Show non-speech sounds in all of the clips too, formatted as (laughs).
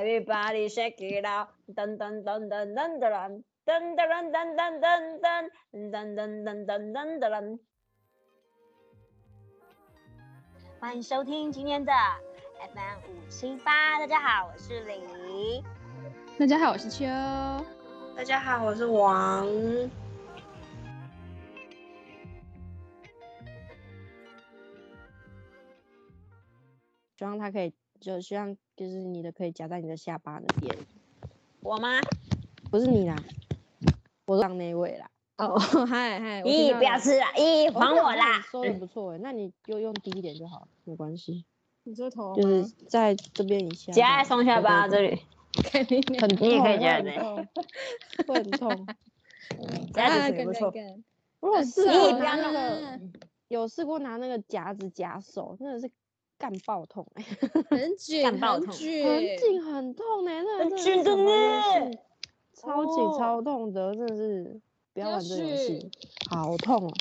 Everybody shake it out，噔噔噔噔噔噔噔。噔噔噔噔噔噔噔噔噔噔噔噔噔！欢迎收听今天的 FM 五七八，大家好，我是李黎。大家好，我是秋。哦大家好，我是王。希望它可以，就希望就是你的可以夹在你的下巴那边，我吗？不是你啦，我是刚那一位啦。哦哦， (laughs) 嗨嗨，我听咦，到不要了！吃了！咦，还我啦！收的不错哎、那你就用低一点就好，没关系，你这头就 (laughs) 吗是在这边以下，夹在双下巴这里，肯定没很痛，你也可以欸夹会的很痛，会很 (laughs) 痛。夹啊在这里干不干错。干 (laughs) 如果试是咦，哦不过要那啊个！有试过拿那个夹子夹手，真的是干爆痛哎、很紧，干爆很痛紧，很紧很痛哎、那很个紧真的是的什么呢游戏，超哦紧超痛的，真的是不要要玩这游去戏，好痛哦。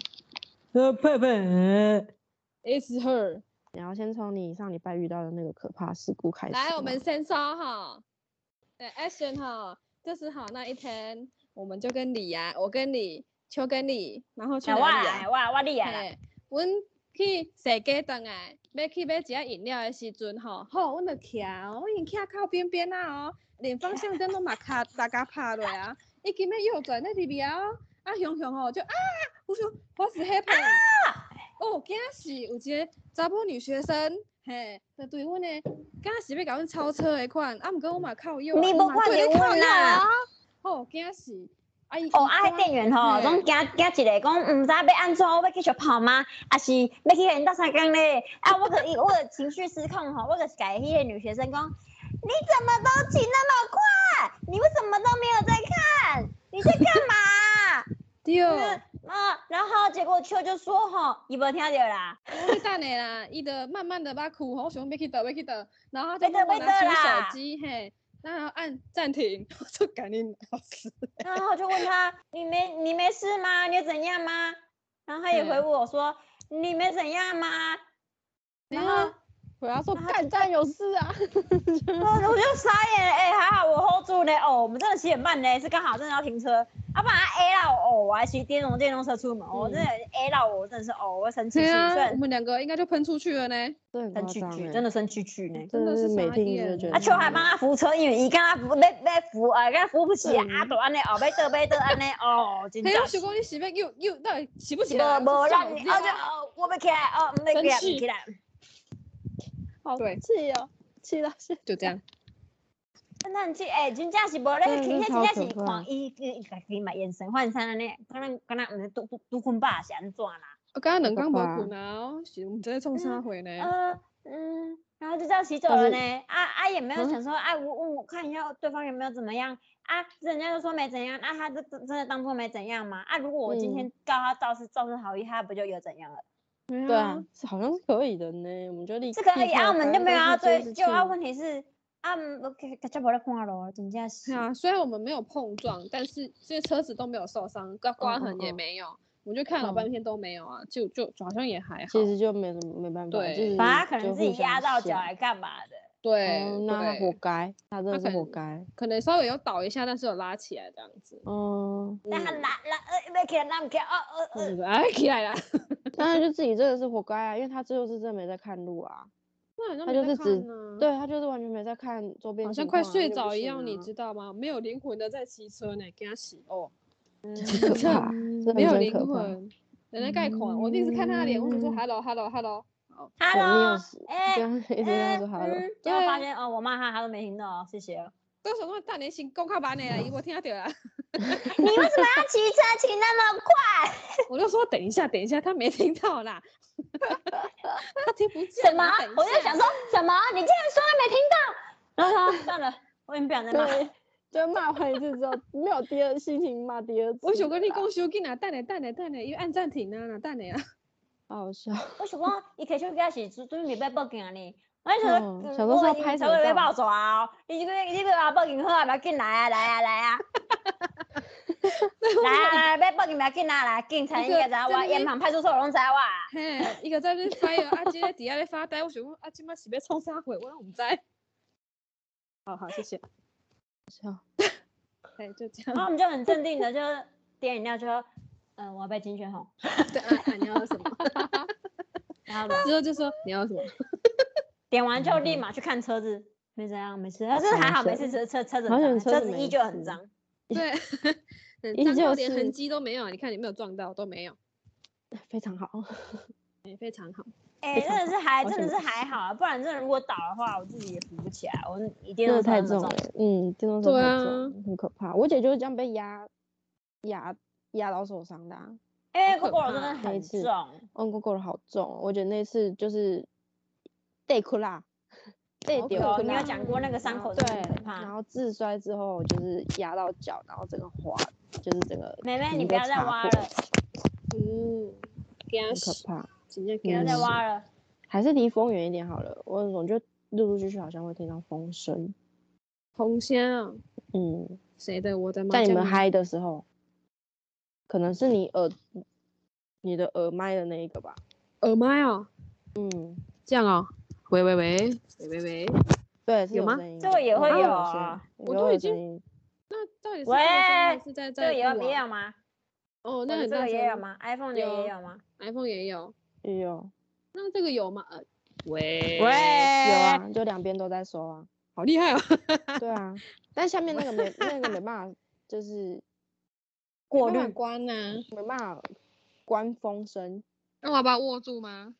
It's her。然后先从你上礼拜遇到的那个可怕事故开始嘛。来，我们先说哈，对，action 哈，就是好那一天，我们就跟李呀、我跟李，秋跟李，然后去哎我哪里来，啊？我我你来啦。嘿，阮去踅街档来，要去买一下饮料的时阵吼，吼，阮就徛哦，我已经徛靠边边啊哦，连方向灯拢嘛卡大家拍落 (laughs) 啊，已经要右转咧入边哦，啊熊熊吼就啊，我想 what's happen？哦，啊惊死！有一个查某女学生，嘿，就对阮诶，敢是要甲阮超车诶款，啊，毋过我嘛靠右啊，你伊无嘛看对到你靠阮右啦啊！哦，惊死！啊伊哦，啊，迄店员吼，嘿拢惊惊一个，讲毋知要安怎，要继续跑吗？还是要去因搭相共咧？啊，我可伊，我的情绪失控吼，我就是甲迄个女学生讲，你怎么都骑那么快？你为什么都没有在看？你在干嘛？对。嗯啊，然后结果秋就说吼，伊无听着啦，我会等的啦，伊就慢慢的把苦吼，我想要去倒，要去倒，然后他要就倒要帮我倒拿出啦手机嘿，然后按暂停，我就赶紧老师，然后就问他，你没你没事吗？你有怎样吗？然后他也回我说，你没怎样吗？然后。我要说然后干站有事 (laughs) 啊，我我就傻眼了，哎、还好我 hold 住呢，哦，我们真的骑很慢呢，是刚好真的要停车，要、不然他 A 到我，哦，我还骑电动电动车出门，我、真的 A 到我，我真的是哦，我生气气，对虽啊，我然们两个应该就喷出去了呢，这很夸生气张气，欸真的生气气呢。真哎真的的是是每傻天就眼觉得啊，嗯很秋还帮他扶车，因为伊刚刚扶要要扶，啊，刚扶不起来，嗯啊，都安尼哦，要倒要倒安尼哦，真嘿，的我是想。讲你是要又又到底起不起来？无无我就让想你，说啊就哦，我要起来，哦，唔要起来，生气唔起来，好对，气哦，气到现就这样，真的很气，哎，真正是无咧，真真的是正真超正是可怕看伊伊家己嘛眼神涣散安尼，可能可能唔是拄拄拄困饱是安怎啦？我刚刚两刚好吧无困啊，我是我们在冲啥回呢？呃，嗯，然后就这样洗走但了是呢。啊啊，也没有嗯想说，哎、我问我看一下对方有没有怎么样啊，人家就说没怎样，那、他这真的当做没怎样吗？啊，如果我今嗯天告他肇事肇事逃逸，他不就有怎样了？对啊，，是好像是可以的呢，我们就立这个而立已啊，刻我们反就正没有是要这件追事究啊。情问题是啊，我给给叫不来看咯，真正是对。啊，虽然我们没有碰撞，但是这些车子都没有受伤，刮刮嗯痕也嗯没有，我就看老半天都没有啊，就就好像也还好。其实就没什么没办法，对就是反正他可嗯就能自互己相压到脚陷来干嘛的？对，哦那他对活该，他真他的可是活能该。可能稍微有倒一下，但是有拉起来这样子。嗯，但他拉拉呃，没起来，拉不起来，哦哦嗯哦，哎，起来了，当然就自己真的是活该啊，因为他最后是真的没在看路啊，那他就是只对他就是完全没在看周边嗯情况啊，好像快睡那就不着一行样，你啊知道吗？没有灵魂的在骑车呢，给他洗哦， (laughs) 很可怕，真没有的灵很可怕。嗯魂，人家盖款，我第一次看他的脸，我只说 hello hello hello，哈对你喽有时，哎 (laughs) 这。样一直在说 hello，嗯，结果对发现哦，我骂他，他都没听到哦，谢谢哦。都想说大年行公靠把你了，啊我听到了，你为什么要骑车骑那么快？ (laughs) 我就说等一下等一下，他没听到 (laughs) 啦，他听不见，什 (laughs) 么等一？我就下想说什么？你竟然说他没听到？然后他说算了， (laughs) 我已经不想再骂了。对，就骂完一次之后，没有第二心情骂第二次。我想跟你，啊讲，小囡仔等下等下等下，因为按暂停啊，哪等下啊。好笑。我想讲，伊开始开始准准备要报警啊呢。我就想说，嗯嗯想说是要拍什么我已经差不多要照报仇啊哦！你这个你这个啊报警好啊，不要紧，来啊来啊来 (laughs) 啊！来啊来啊，要报警不要紧啊，来警察应该知道我，沿旁派出所拢知道我啊。嘿，伊呃个在咧发药，啊，即个伫遐咧发呆，我想讲啊，即摆是要创啥货，我拢毋知。好好，谢谢。笑，对，就这然后样。我们就很镇定的就点饮料就说，嗯，我要被金选红，对啊，啊你要什么？然后呢之后就说你要什么？点完就立马去看车子，没怎样，没事，但是还好没事，车车车子好很脏险车车子子没依旧很事脏，对，嗯依脏到旧连是痕迹都没有，你看你没有撞到都没有，非常好。也非常好。哎，真的是还好真的是险还好啊，不然真的如果倒的话，我自己也扶不起来，我一定真要的太重了，嗯，电动车对太啊重了，很可怕。我姐就是这样被压压压到受伤的、啊。因为好可 Coco 真的怕那一很次重，嗯，狗狗的好重哦，我觉得那次就是内裤啦，内好丢可有怕你啦有讲过那个伤然口后真对的很可，然怕。后自摔之后就是压到脚，然后整个滑，就是整个妹妹，皮你不都要再擦挖破了，嗯，很惊可死，怕。直接不要惊再死。挖了。还是离风远一点好了，我总觉得陆陆续续好像会听到风声，红香，嗯，谁的？我的麻在你将们吗嗨的时候，可能是你耳你的耳麦的那一个吧，耳麦哦，嗯，这样哦。喂喂喂喂喂喂，对，是有吗声音这的嗯个也会有有声啊音我有都耳已经声音那到底是喂放松还是在这个在也要录也啊有吗？哦，我那的很这大个也有声。吗？iPhone 的也有有吗？ iPhone 也有，也有那这个有吗？呃，喂喂，，哎有啊，就两边都在收啊，好厉害哦！对啊，但下面那个没那个没办法， (laughs) 就是过没办法滤关呐、没办法关风声，那我要把它握住吗？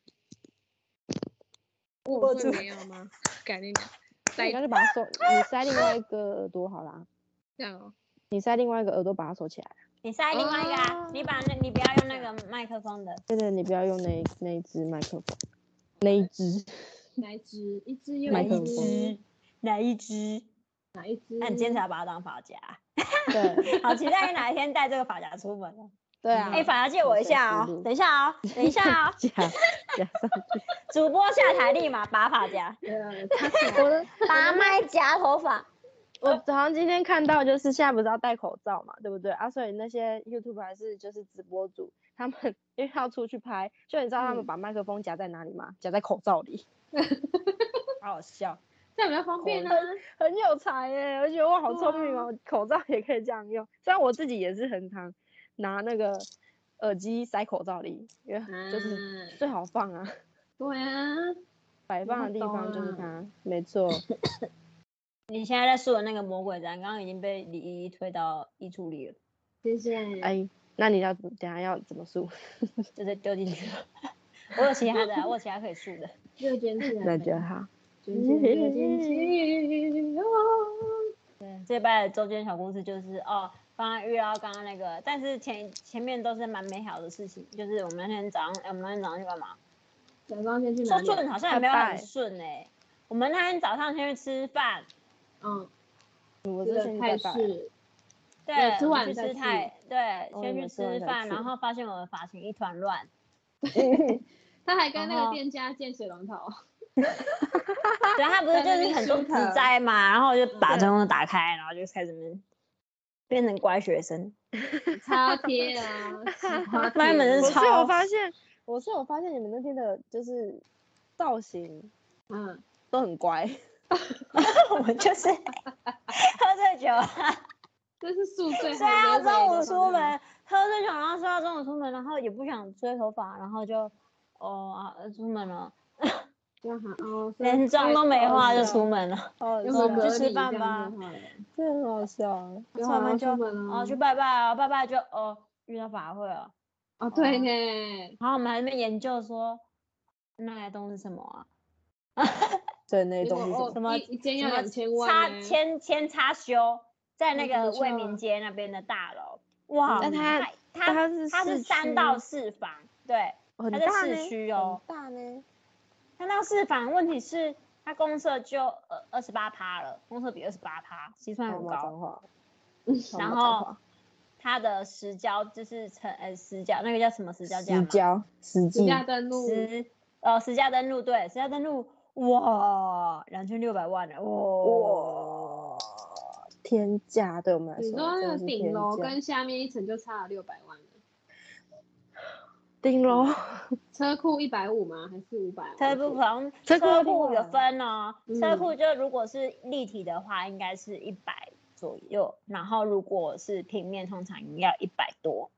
握住没有吗？改那个那塞你干脆把它收，你塞另外一个耳朵好啦，这样哦。你塞另外一个耳朵把它收起来，你塞另外一个啊，你把那你不要用那个麦克风的，对对，你不要用那那一只麦克风，那一 (laughs) 只。哪一只？一只又哪哪麦克一风只？哪一只？哪一只？那你今天才把它当发夹，对 (laughs) 好期待你哪一天带这个发夹出门哦。对啊，哎，发夹借我一下好神哦奇，等一下哦，等一下哦 (laughs) ，假假上主播下台立马拔发夹，呃它是我的拔麦夹头发。我好像今天看到，就是现在不是要戴口罩嘛，对不对啊？所以那些 YouTube 还是就是直播主，他们 (laughs) 因为要出去拍，就你知道他们嗯把麦克风夹在哪里吗？夹在口罩 (laughs) 里，好好笑，这样比较方便啊。很有才耶！我觉得我好对聪明哦，口罩也可以这样用。虽然我自己也是很常拿那个耳机塞口罩里，因为就是嗯最好放啊，对啊，摆放的地懂方就是啊它，没 (laughs) 错。你现在在说的那个魔鬼毡，刚刚已经被李依依推到衣橱里了，谢谢。哎，那你要怎么等下要怎么数？就再丢进去了。 (laughs) 我有其他的啊，我有其他可以数的。又捡起来那了，就好。捡起来，又捡起来哦对，这拜的周间小故事就是哦，刚刚遇到刚刚那个，但是前前面都是蛮美好的事情，就是我们那天早上，哎、我们那天早上去干嘛？早上先去哪说里？啊顺好像也没有拜很拜顺哎、我们那天早上先去吃饭，嗯，我这之个前泰拜拜式。对，对吃我们完去再吃去泰，对，哦先你去们吃完吃再饭，去然后发现我的发型一团乱，他还跟然那后个店家借水龙头，啊对，他不是就在那是边很多梳头植栽嘛，然后我就把嗯对灯都打开，然后就开始变变成乖学生， (laughs) 超贴啊，不然你们真我是是超有发现，我是有发现你们那天的就是造型嗯，都很乖，我们就是喝醉酒啊了。这是宿醉，睡到中午出门，喝醉酒，然后睡到中午出门，然后也不想吹头发，然后就哦啊出门了，哦，连妆都没化就出门了，哦，有后没啊隔有离这样就好这很好笑。啊然后我们就出门哦去拜拜啊，拜拜就哦遇到法会了，哦，对呢，然后我们还在那边研究说那台东是什么啊？ (laughs) 对，那结种是什果么？什么哦，一一间什要么两千万插呢，千千插修，在那没个错卫民街那边的大楼，哇，但它但它它是它是市三区到四房，对，很它在大市呢区很哦大呢。看到四房，问题是它公社就呃二十八趴了，公社比二十八趴，其实算好很高。骂脏话，好然骂脏后话它的实交就是成呃实交那个叫什么实交价实吗？交实暑际假登录，实呃实价登录对实价登录哇两千六百万哦了哇哇，天价对我们来你说，说那真个的是顶天楼价跟下面一层就差了六百万了，顶楼车库一百五吗？还是五百？车库好像车库车有另库外有的分哦，嗯车库就如果是立体的话，应该是一百左右，然后如果是平面，通常要一百多。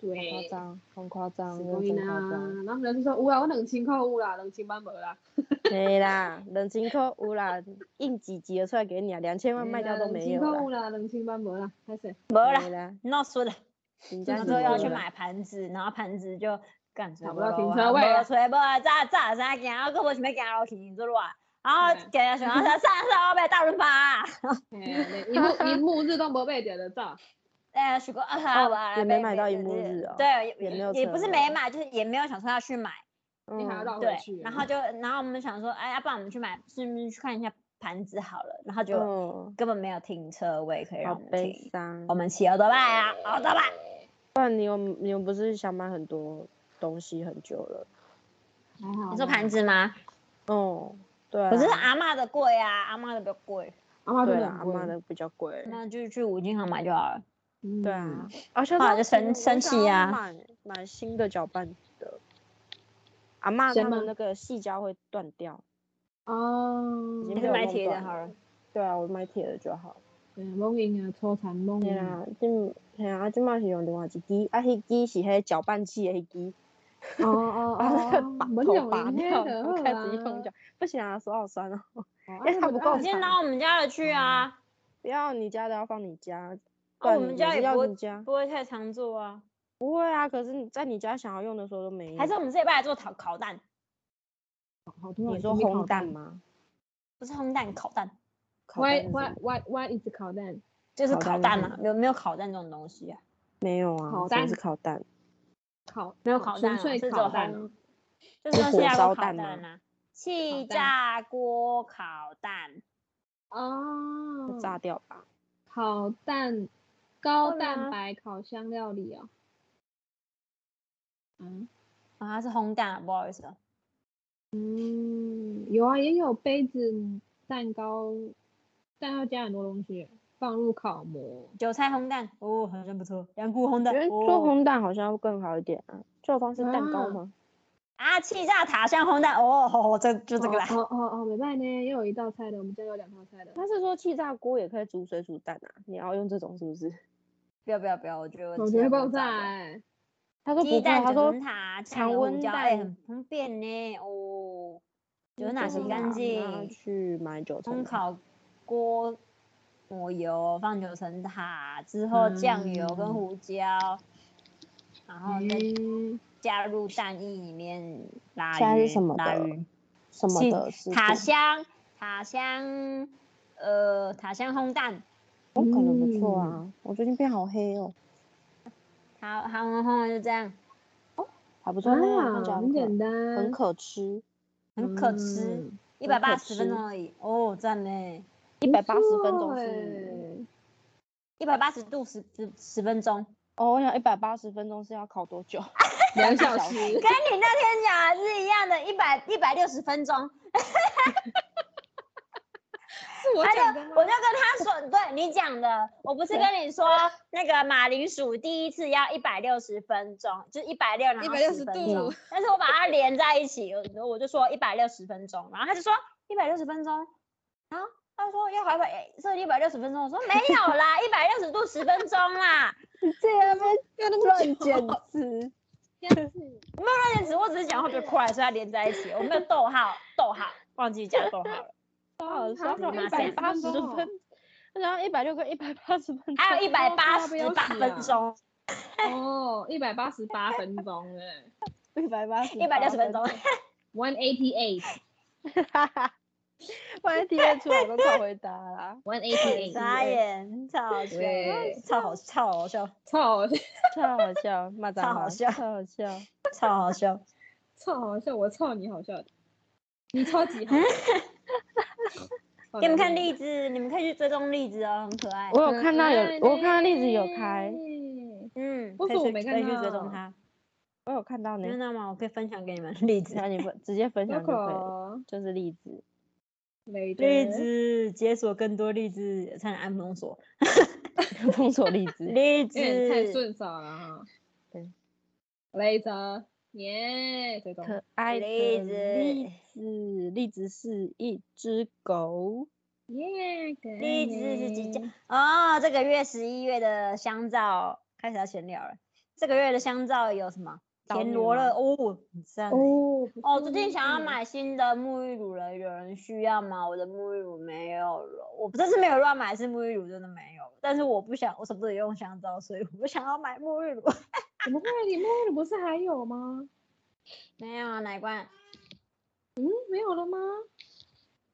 夸对，张，很夸张，是真的贵真啦夸张。。然后人就说有啦，我两千块有啦，两千万无啦。没啦，冷清扣有啦，硬挤挤了出来给你啊，两千万卖掉都没有呃两千块啦有，啦，两千万无啦，开始。没啦，没啦，那说了，人家然后那是最后没要有去啦买盘子，然后盘子就干啊找不到停车位啊，了吹不啊，炸炸啥行，啊，我想要行楼梯，做乱，然后对给人想要上上上后被大润发啊，嘿， (laughs) 连一幕一幕日都无买着的照。哎， (laughs) 许过二十二吧，哦也被没买到荧幕被日哦对，也没有也不是车没了买，就是也没有想说要去买。你还要嗯绕回对去，，然后就然后我们想说，哎，要不然我们去买，顺便去看一下盘子好了。然后就、嗯，根本没有停车位可以让好我们悲停，伤我。们骑欧多拜啊，欧多拜。不然你有你们不是想买很多东西很久了？还好啦。你说盘子吗？哦，对啊。可是阿嬷的贵啊，阿嬷的比较贵，阿妈对真啦，的阿很妈贵，的比较贵。那就去五金行买就好了。嗯对啊，，而且后来就生生气啊买买新的搅拌的。阿妈先他们吗那个细胶会断掉，哦已，经还被是我买弄铁的断好了。对啊，我买铁的就好。对，蒙赢啊，粗残蒙嘿赢。啊，今嘿啊，即摆是用另外一支，啊，迄支是迄搅拌器的迄支，哦哦 (laughs) 把哦那个把，我头拔们掉，用然后开始用哦就不行啊，手好酸哦。因因为它不够你先拿我们家的去啊，不要你家的要放你家，那不我然们你家也要不你会啊家不会太常做啊。不会啊，可是你在你家想要用的时候都没有。还是我们这礼拜来做烤烤蛋，好啊突然你说烘蛋？吗？不是烘蛋，烤蛋烤蛋？Why 是什 why 么 why why is 烤蛋？就是烤烤蛋蛋是啊，没有没有烤蛋这种东西啊，没有烤啊，什么蛋是烤蛋。烤哦没有烤蛋啊，纯是粹只有烤蛋烘哦。 (laughs) 就是是新加火坡烧烤蛋蛋吗啊，气蛋炸锅烤蛋，哦会，炸啊掉吧？烤蛋高会吗蛋白烤箱料理哦。嗯啊，它是烘蛋啊，不好意思啊，嗯，有啊，也有杯子蛋糕，但要加很多东西，放入烤模。韭菜烘蛋，哦，好像不错，香菇烘我蛋觉，得做哦，烘蛋好像会更好一点啊。这种方式蛋糕啊吗？啊，气炸塔香烘蛋，哦，吼吼这就这个啦，哦哦哦哦，没办呢，也有一道菜的，我们家有两道菜的。他是说气炸锅也可以煮水煮蛋啊？你要用这种是不是？不要不要不要，我觉得我觉得爆爆炸炸，欸，他说不鸡会，蛋他九说层塔，常温蛋，哎，蛋很方便呢，哦，九层塔拿洗对啊干要净，去买九烘层塔。烤锅抹油，放九层塔之后，酱油跟嗯胡椒，然后再嗯，加入蛋液里面拉现在是匀什么拉的匀什么气的是塔不香塔香呃塔香烘蛋，我哦可能不错嗯啊，我最近变好黑哦，好好烘烘就这样，还不错，那样看起啊，来很很简可单，很可吃，很可吃，嗯，一百八可十分吃钟而已哦，赞呢，一百八十分钟是对，一百八十度十十十分钟，哦，我想一百八十分钟是要烤多久？两小时跟，你那天讲的是一样的，一百一百六十分钟，是我他就讲的我吗？就跟他说，对你讲的，我不是跟你说那个马铃薯第一次要一百六十分钟，就是一百六，然后10 160分钟度，但是我把它连在一起，我我就说一百六十分钟，然后他就说一百六十分钟，然后他说要还百设一百六十分钟，我说没有 (laughs) 啦，一百六十度十分钟啦，这 (laughs) 样子要那么乱久，剪词，关键词我只是讲话比较快，所以它连在一起，我没有逗号，逗号忘记加逗号了， (laughs) 好笑，怎么一这百样八十分钟分，然后一百六跟一百八十分钟，还有一百八要不十要八死分啊钟，哦，一百八十八分钟哎一百八十，啊一百六十分钟。 ，one eighty eight，one 哈 (laughs) 哈，万一听得出来我都靠回答啦， eighty 傻 eight，眼，超好笑啊对，超好，超好笑，操，超好笑，骂脏超好话，笑超好笑，超好 (laughs) 笑。操好笑，我操你好笑，你超级 (laughs) 好笑，给你们看荔枝，你们可以去追踪荔枝哦，很可爱我。有看到有，我有看到栗子有开，嗯，为可什以么我去没可以看去追到踪它，我有看到你呢知，道吗？我可以分享给你们 (laughs) 荔枝，那你分直接分享就可以了， ，Coco，就是栗子， (laughs) 雷荔德枝解锁更多荔枝，差点按封锁。封锁栗子，荔 (laughs) 有点太枝，顺手了哈对。雷泽，耶，这种可爱的栗子栗子，栗子是一只狗。耶，可爱栗子是几家呢？哦，这个月十一月的香皂开始要闲聊了。这个月的香皂有什么？导田女螺吗了哦，很赞欸哦哦，最近想要，不错买新的沐浴乳了，有人需要吗？我的沐浴乳没有了，我这次没有乱买，是沐浴乳真的没有。但是我不想，我舍不得用香皂，所以我想要买沐浴乳。 (laughs) 怎么会？你摸了不是还有吗？没有啊，奶罐嗯，没有了吗？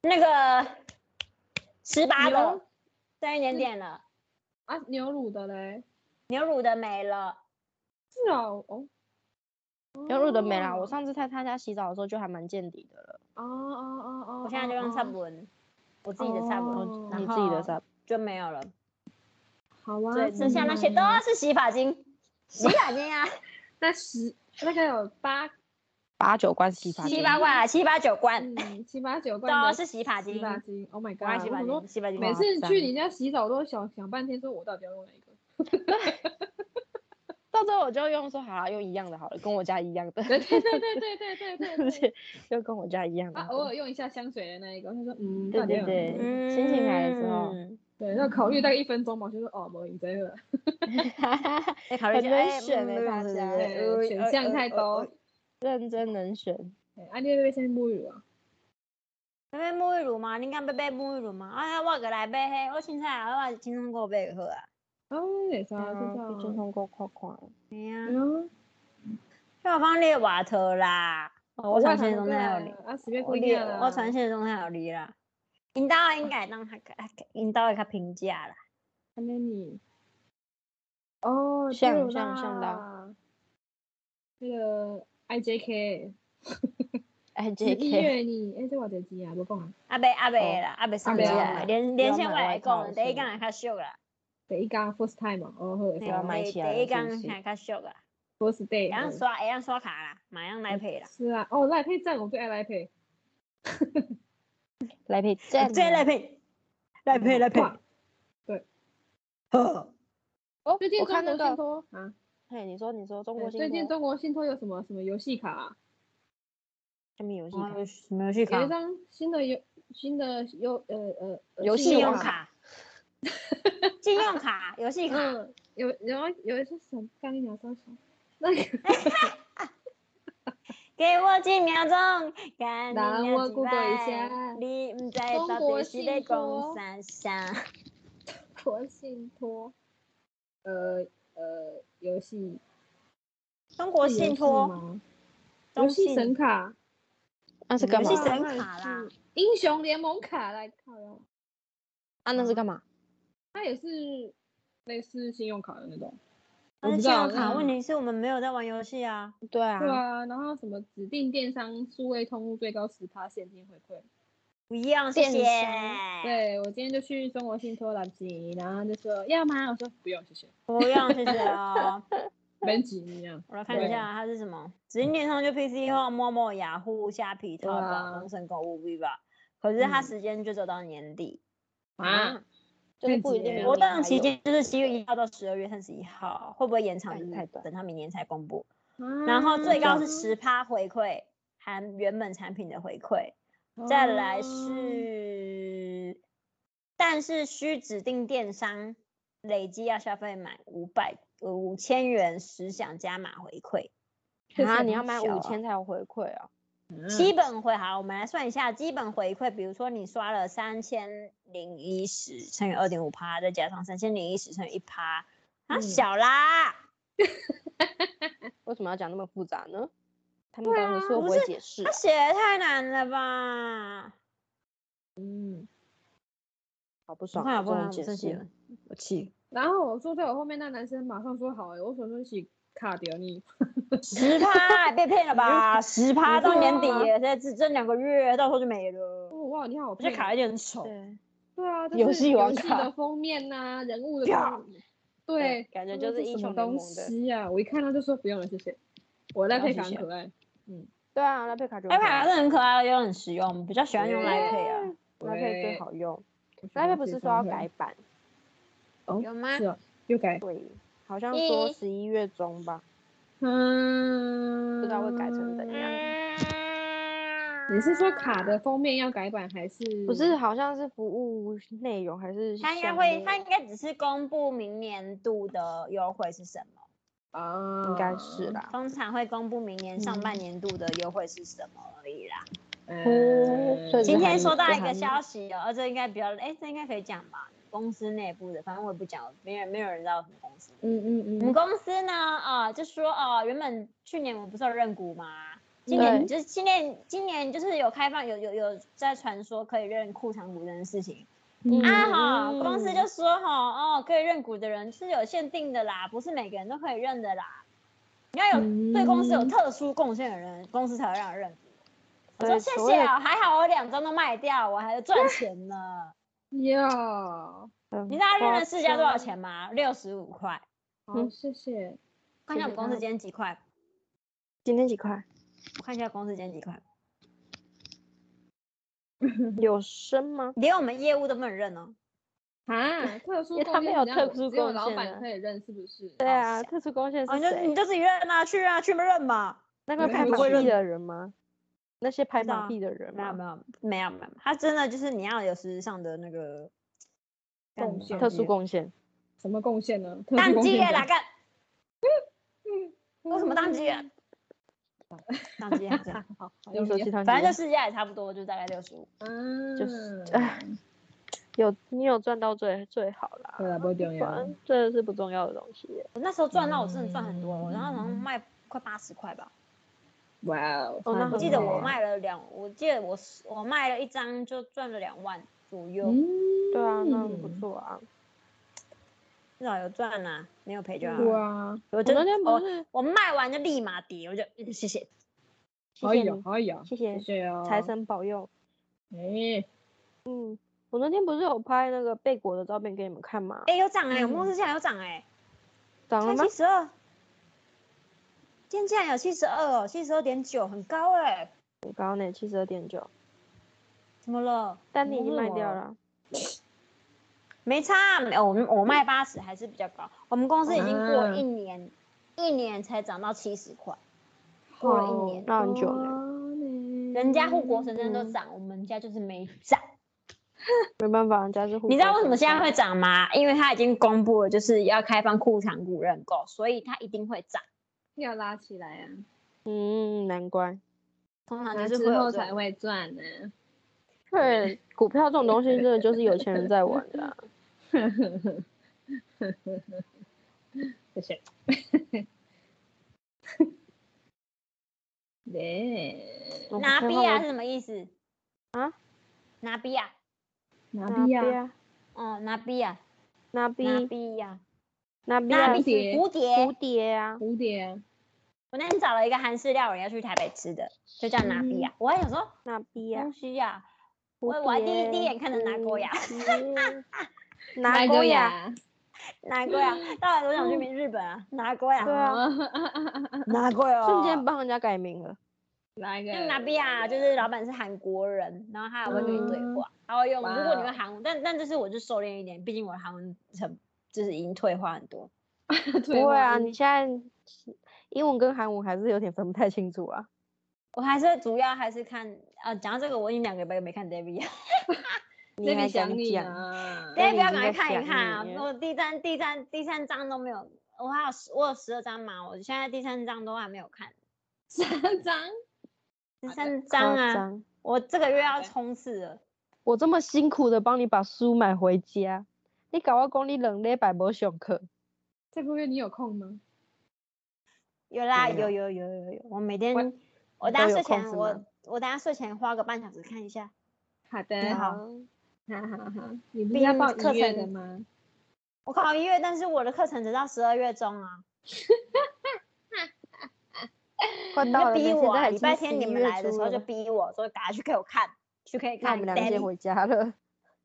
那个十八的有剩一点点了，啊，牛乳的嘞？牛乳的没了。是哦，哦，牛乳的没啦，我哦上次在他家洗澡的时候就还蛮见底的了。哦哦哦哦，我现在就用用差不我自己的差不哦然你自己后的啥？就没有了。好啊，对，剩下那些嗯都是洗发精，洗发精啊，那十大概有八八九罐洗发七精，八罐啊，七八九罐，嗯七八九罐都的是洗发精洗。发精，Oh my 我爱 god！洗发我精，说洗发精每狂。次赞去你家洗澡都想想半天，说我到底要用哪一个？到最后我就用说好了，用一样的好了，跟我家一样的，对对对对对对对对而对且 (laughs) 就跟我家一样的啊，好偶了。尔用一下香水的那一个，他说嗯，对到底要对用哪一个对，心情来的时候，嗯，对，那考虑大概一分钟嘛，我就说哦，我赢这个，哎，考虑一下很能哎选嗯欸对大对家对对呃选呃项呃太呃多呃。认真能选。哎，啊，你要不要先沐浴啊？要买沐浴乳吗？你敢要买沐浴乳吗？哎呀，我个来买嘿，我凊彩啊，我轻松过买就好啊。啊，会使啊，啊去健这种。康过看看。哎呀，嗯，小芳你的外套啦，哦我我传传线中过在来有啊你。啊，随便我过你一啦。我传线中在有你啦。因兜应该当较，因兜会较平价啦。安尼你。哦，对像像像到啦。那个 (laughs) IJK，哎十 (laughs) 一，J.K. (laughs) 月呢？哎，这偌济钱啊？无讲啊，啊袂啊袂啦，啊哦袂算袂起啊来，袂连连要线我买来外套讲，第一是间也较俗啦，第一家 first time 嘛，哦，好，会嘿使要啊买第起来第一了是不间是也较俗啦， first 会样 day。刷会样刷卡啦，马上来配啦。是啊，哦，赖配赞，我最爱赖配。来配赞，再啊来配，来配来配。哇呵，哦最近我看中那国信个，托啊，嘿，你说你说中对国信最近托中国信托有什么什么游戏卡啊？什么游戏我卡？有什么游戏有卡一？张新的游新的游呃呃呃游信信戏用卡卡，信用卡，游戏卡，嗯，有然后有一次想干你娘多少？那个给我几秒钟，赶让紧我 Google 一下你唔知中到国底是在信托讲啥啥？ (laughs) 国信托，呃呃，游戏中国是游信戏托，吗？游中戏信神卡，那是干游嘛戏？啊神那卡啦是英雄联盟卡来靠哟，啊，那是干嘛？它也是类似信用卡的那种，我但不是知信道嗯用卡，那问题是我们没有在玩游戏啊。对啊对，啊，然后什么指定电商数位通路最高十趴现金回馈。不一样，谢电谢。哎商，对我今天就去中国信托来急，然后他就说要吗？我说不 (laughs) 用，谢谢，不一样，谢 (laughs) 谢哦。没急你啊。我来看一对下它是什么，指定电商就 PC 化、陌陌、雅虎、虾皮、淘对宝、啊同城购物 V 吧。可是它嗯时间就走到年底，啊，就是不一电子定。烟活动期，间就是七月一号到十二月三十一号，会不会延长？感就觉是太短等它明年才公布。然后嗯最啊高是十趴回馈，含原本产品的回馈。再哦来是，但是需指定电商累积要消费满五百呃五千元时享加码回馈。啊，你要买小啊五千才有回馈啊。嗯基本回好，我们来算一下基本回馈。比如说你刷了三千零一十乘以二点五趴，再加上三千零一十乘以一趴，啊嗯小啦，为什么要讲那么复杂呢？他们刚刚说不不会是解释他啊，写的太难了吧？嗯，好不我爽看啊，有这不能种解生气了释。，我气。然后我坐在我后面那男生马上说好、欸，我手说洗卡掉你，十趴被骗了嗯吧？十趴到年底对啊耶，再只剩两个月，到时候就没了。哦哇，你好这配，卡有点丑，对，对啊，这游是戏王游戏卡的封面呐、人物的啪封面，对，感觉他就说是这英什么雄联东盟的西啊，我一看他就说不用了，谢谢，我赖不配用卡谢很谢可爱，对啊，拉配卡就莱配还是很可爱，又很实用，我们比较喜欢用莱配啊。拉配最对好用。我觉拉得配不智是说商要会改版，哦，有吗是哦，又改对，好像说一十一月中吧。嗯，不知道会改成怎样。你是说卡的封面要改版还嗯是？不是，，好像是服务内容还是他应该项会，目他应该只是公布明年度的优惠是什么，啊，应该是啦。通常会公布明年上嗯半年度的优惠是什么而已啦。嗯。所以今这还天收到这一个还消息哦，呃这应该比较，哎，这应该可以讲吧？公司内部的，反正我也不讲，没人没有人知道我们公司。嗯嗯我们嗯，公司呢，呃，就说呃，原本去年我不是有认股吗？今年就是今年，今年就是有开放，有有有在传说可以认库藏股这件事情、嗯啊哈。公司嗯就说哈哦，可以认股的人是有限定的啦，不是每个人都可以认的啦。你要嗯有、嗯对公司有特殊贡献的人，公司才会让人认股。我说对谢所谢谓啊，还好我两张都卖掉，我还 (laughs) 赚钱呢。嗯哟，你知道认了市价多少钱吗？六十五块。好，谢谢。看一下我们公司今天几块。今天几块？我看一下公司今天几块，有升吗？连我们业务都不能认哦。啊，特殊因为他贡没献有只要特有殊只有贡老献板啊可以认，是不是？对啊，特殊贡献哦，是你就你谁？就自己认啊，去啊，去认嘛。那个你拍不马会屁认的人吗？那些拍知道马啊屁的人没有吗？没有没有没有，他真的就是你要有实质上的那个干贡嘛献特殊贡献，什么贡献呢？特殊当贡机献业者啦， (laughs) 干。为什么当机业？当 (laughs) 机业好像有你说理其他反正就是市价也差不多，就大概六十五。嗯，就是哎有你有赚到最最好啦。对啊，不重不要然。这是不重要的东西耶。我那时候赚到我真的赚很多，嗯我然后好像卖快八十块吧。哇哦，哦那我很记得好我啊卖了两，我记得我是我卖了一张就赚了两万左右，嗯，对啊，那不错啊。至少有赚啦，没有赔就好对了。啊，我我真哦那天不我是，我卖完就立马跌，我就嗯谢谢。谢哎谢呀你，哎呀，谢谢谢谢哦，财神保佑。哎，我那天不是有拍那个贝果的照片给你们看吗？哎，有涨哎，我公司竟然有涨哎，嗯涨了才吗七？十二，今天竟然有七十二哦，七十二点九，很高哎。很高呢，七十二点九。怎么了？但你已经卖掉我了，没差啊，没有我们我卖八十还是比较高。我们公司已经过嗯一年，一年才涨到七十块，过了一年，那很久呢，呢人家护国神山都涨，我们家就是没涨。没办法，人家是护你知道国为什么现神在山会涨吗？因为它已经公布了，就是要开放库藏股认购，所以它一定会涨。要拉起来啊，嗯，难怪。通啊常那就是之会有后这才种会赚啊呢。对，股票这种东西真的就是有钱人在玩 (laughs) 的啊、谢谢。对，我不拿太币好啊我是什么意思？啊？拿币啊？拿拿币啊，啊，哦，拿币啊，拿拿币，币呀，拿币拿啊币比是是蝶啊蝴蝶蝴。蝶啊，蝴蝶啊，我那天找了一个韩式料理要去台北吃的，就叫拿比亚。我还想说拿币啊东，西呀、嗯我蝴我还第一蝶第一眼看着拿钩呀， (laughs) 蝴蝶拿哪钩个呀，呀？拿钩呀，当然我想去明日本啊，拿钩呀，对啊啊，啊啊 (laughs) 啊！拿钩呀， (laughs) 瞬间帮人家改名了，哪一个那？拿比啊亚 (laughs) 就是老板是韩国人，然后他还会跟你对话，他会用。哇如果你会哦韩文，但但就是我就收敛一点，毕竟我的韩文很就是已经退化很多。不不会啊，你现在英文跟韩文还是有点分不太清楚啊，我还是主要还是看啊，讲到这个，我已经两个礼拜没看 David 了你啊还想敢你讲？呢。 ，David 要已经赶快在看一想看啊！你了我第三第三第三章都没有，我还有十我有十二章嘛，我现在第三章都还没有看。 (laughs) 三张，十三夸张啊！张！我这个月要对冲刺了，我这么辛苦的帮你把书买回家，你搞我讲你两礼拜没上课，这个月你有空吗？有啦，没有有有有有有，我每天我我你等下都有睡空前是我吗我等下睡前花个半小时看一下， (laughs) 好你啊的，好哈哈哈。你不毕是要竟报课一月程的吗？我考一月，但是我的课程直到十二月中啊，快你到就了，逼现我在啊！已礼经拜天你11们月来的初时候了就逼我说赶快去给我看，去可以那我看们两个先 Daddy。啊回家了。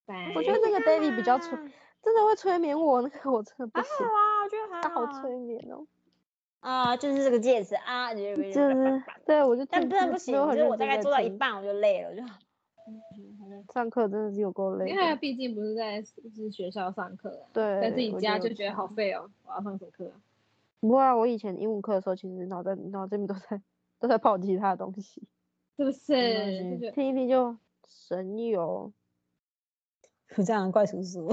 (laughs) 我觉得 (laughs) 那个 David 比较催，真的会催眠我，那 (laughs) 个我真的不还行好，啊，我觉得还他好好啊催眠哦，啊，就是这个戒指啊， (laughs) 就 (laughs) 就是对我就但真真的的不只行，有就很是嗯认我大真概在做到一听半我就累了，我就上课真的是有够累因为他的，毕竟不是在是学校上课啊，对，在自己我家有就觉得好差废哦。我要上什么课啊？不过、啊、我以前英文课的时候，其实脑袋脑子里面都在都在跑其他的东西，是不没是？关就系是听一听就神游。 (laughs) 这样怪叔叔。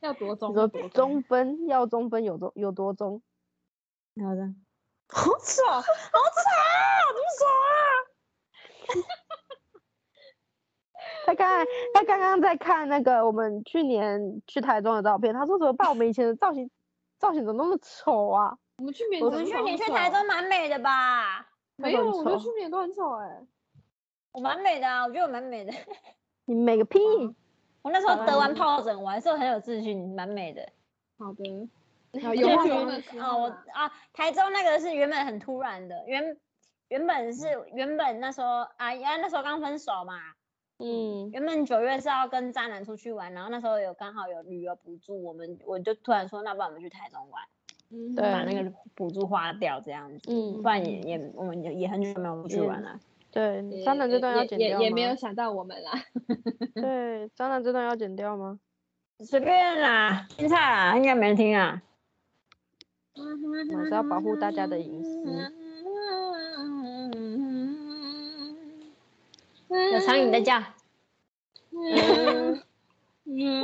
要多中你说多中分要中分有多有多中？然后这样， (laughs) 好吵，好吵，怎么爽啊？他刚才他刚刚在看那个我们去年去台中的照片，他说怎么办？我们以前的造型造型怎么那么丑啊？我们去缅我甸们去都你很去丑台中蛮美的吧？啊没那有，个很我们丑去缅甸都很丑哎。我蛮美的啊，我觉得我蛮美的。 (laughs) 你美个屁！哦我那时候好啊得完疱疹，我还是很有自信，蛮美的。好的，我啊，觉有得化去妆缅的时啊，候我啦，啊，台中那个是原本很突然的，原原本是原本那时候啊，因为那时候刚分手嘛，嗯，原本九月是要跟渣男出去玩，然后那时候有刚好有旅游补助，我们我就突然说，那不然我们去台中玩，嗯哦对把那个补助花掉这样子，嗯不然也也我们也也很久没有出去玩了。对，渣男这段要剪也掉也也没吗有想到我们啦。对，渣男这段要剪掉吗？随便啦，青菜啦，应该没人听啊。我们还是要保护大家的隐嗯私。有苍 (laughs) 蝇在叫，嗯你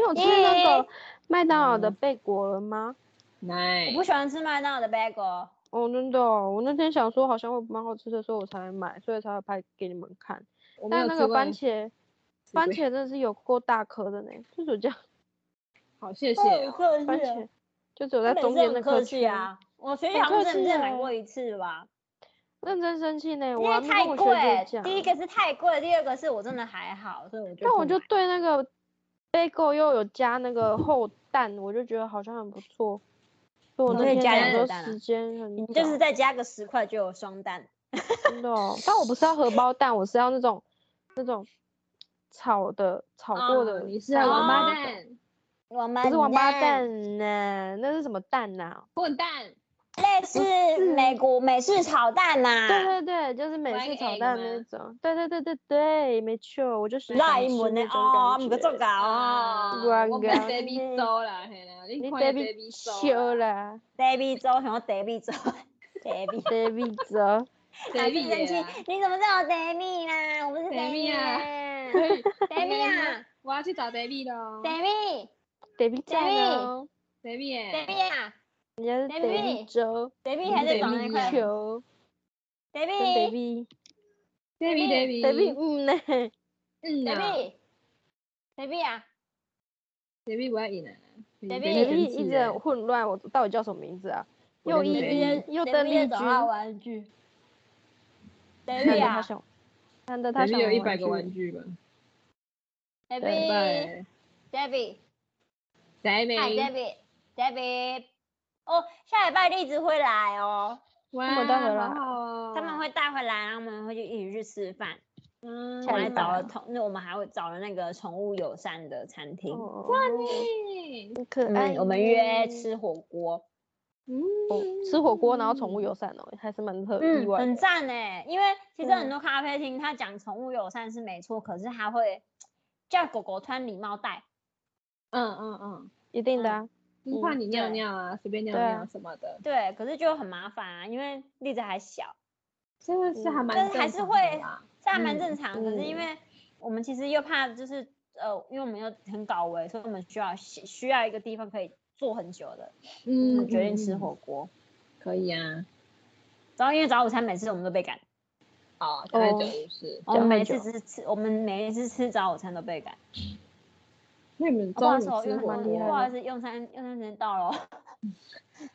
有吃那个麦当劳的嗯贝果了吗？奶我不喜欢吃麦当劳的 bagel。哦，真的哦、我那天想说好像会蛮好吃的，所以我才买，所以才会拍给你们看。我没但有那吃个过番茄，过番茄真的是有够大颗的呢，就只有这样，好谢谢哦，哦。客番气啊，茄就只有他在每中次间那很颗客区气。啊。我学姐很好像客之前气只买啊过一次吧，认真生气呢，因我为还没太跟我学姐贵。讲。第一个是太贵，第二个是我真的还好，所以我就但不我就买对那个 bagel 又有加那个厚蛋，我就觉得好像很不错。所以我你那可以天加想两个说蛋啊时间很你久，就是再加个十块就有双蛋。真的哦、但我不是要荷包蛋，我是要那种那种炒的炒过哦的蛋那种。你是要王八哦蛋、我们不是王八，蛋呢、那是什么蛋呐、混蛋，类似美国美式炒蛋呐、对对对，就是美 Fried 式炒 egg 蛋那吗种。对对对对对，没错，我就是那想一吃门的那哦，种唔个感做觉。嗯搞哦哇我个们 baby 你收啦，嘿啦，你你看 baby baby 啊笑啦，David 周，想要 David 周，David。 ，baby 折， baby 生气耶啊，你怎么知道 David 啦？我们是 David 啊 David 啊，David 啊 (laughs) 我要去找 baby 了哦，David。 baby 在呢， ，baby 耶， David 啊哦人家是 baby Baby 折，David 还在转那啊块你是球，跟，David baby baby baby baby 嗯呢，嗯啊 David David 啊 baby 我要赢了啊嗯啦 Baby， baby 生一气直耶很混乱，我到底叫什么名字啊？我又的一名字边又邓丽，David 君找，他玩 (laughs) 具难得，David 他啊想，难得他想 baby 有玩一百个具玩具吧，拜，David 拜 David，嗨 baby， David David，哦，下礼拜栗子会来哦，哇，们带回来好好哦，他们会带回来，然后我们会去一起去吃饭。嗯，我下们礼还拜找啊了同，那我们还会找了那个宠物友善的餐厅，哦哎耶很可嗯，爱耶。我们约吃火锅，哦吃火锅，然后宠物友善哦，还是蛮特意嗯外很的。赞哎，因为其实嗯很多咖啡厅它讲宠物友善是没错，可是它会叫狗狗穿礼帽带，嗯嗯嗯，一定的啊，就是怕嗯你尿对尿啊，随便尿对啊尿什么的，对，可是就很麻烦啊，因为栗子还小，真的是嗯还蛮但是还正是常的会啦这还蛮嗯正常，可是因嗯为我们其实又怕就是呃，因为我们又很搞维，所以我们需要需要一个地方可以坐很久的，我嗯们决定吃嗯火锅，可以啊，然后因为早午餐每次我们都被赶。哦，大概哦就是，我们讲每很次久只是吃，我们每一次吃早午餐都被赶。那你们啊不好中意午思哦，吃用火蛮厉不害锅，好的意思，用餐用餐时间到了哦。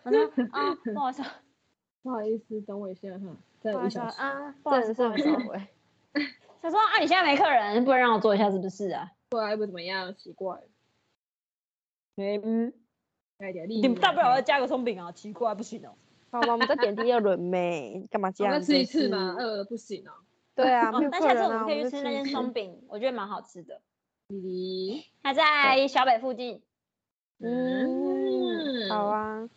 我 (laughs) 说啊，不好意思，不好意思，等我一下哈，再不好一意思小时，啊，不好意真思，的不是好意很思少。回。他说啊，你现在没客人，不能让我坐一下是不是啊？过来不怎么样，奇怪，嗯，来点力，你们大不了再加个松饼啊，奇怪不行哦。好吧，我们再点第二轮呗，干嘛这我样？再吃一真次是嘛，饿了不行哦，对啊，哦没有那客下人次我啊，们可以我去们吃就那间吃。松饼，我觉得蛮好吃的。弟弟，它在小北附近，嗯，好啊，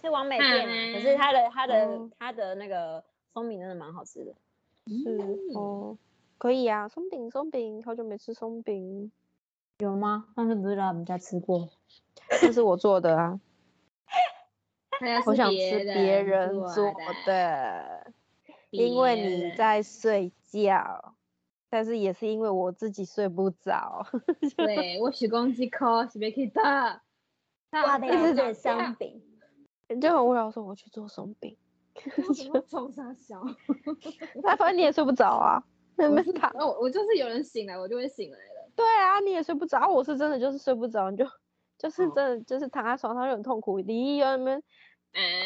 是王美店啊，可是它的它的嗯哦它的那个松饼真的蛮好吃的。是哦，可以啊，松饼松饼，好久没吃松饼。啊有吗？上次不是来我们家吃过？这是我做的啊，那我是想别吃人别人做做的，因为别你人在睡觉，但是也是因为我自己睡不着。 (laughs) 对，我是讲这个是别去的。我他 (laughs) 的是人生病。就很无聊，说我去做松饼，冲上小，那反正你也睡不着 (laughs) 啊，那我没 (laughs) 是打。哦我我就是有人醒来，我就会醒来了。对啊，你也睡不着，我是真的就是睡不着，你就就是哦真的就是躺在床上就很痛苦，你有你们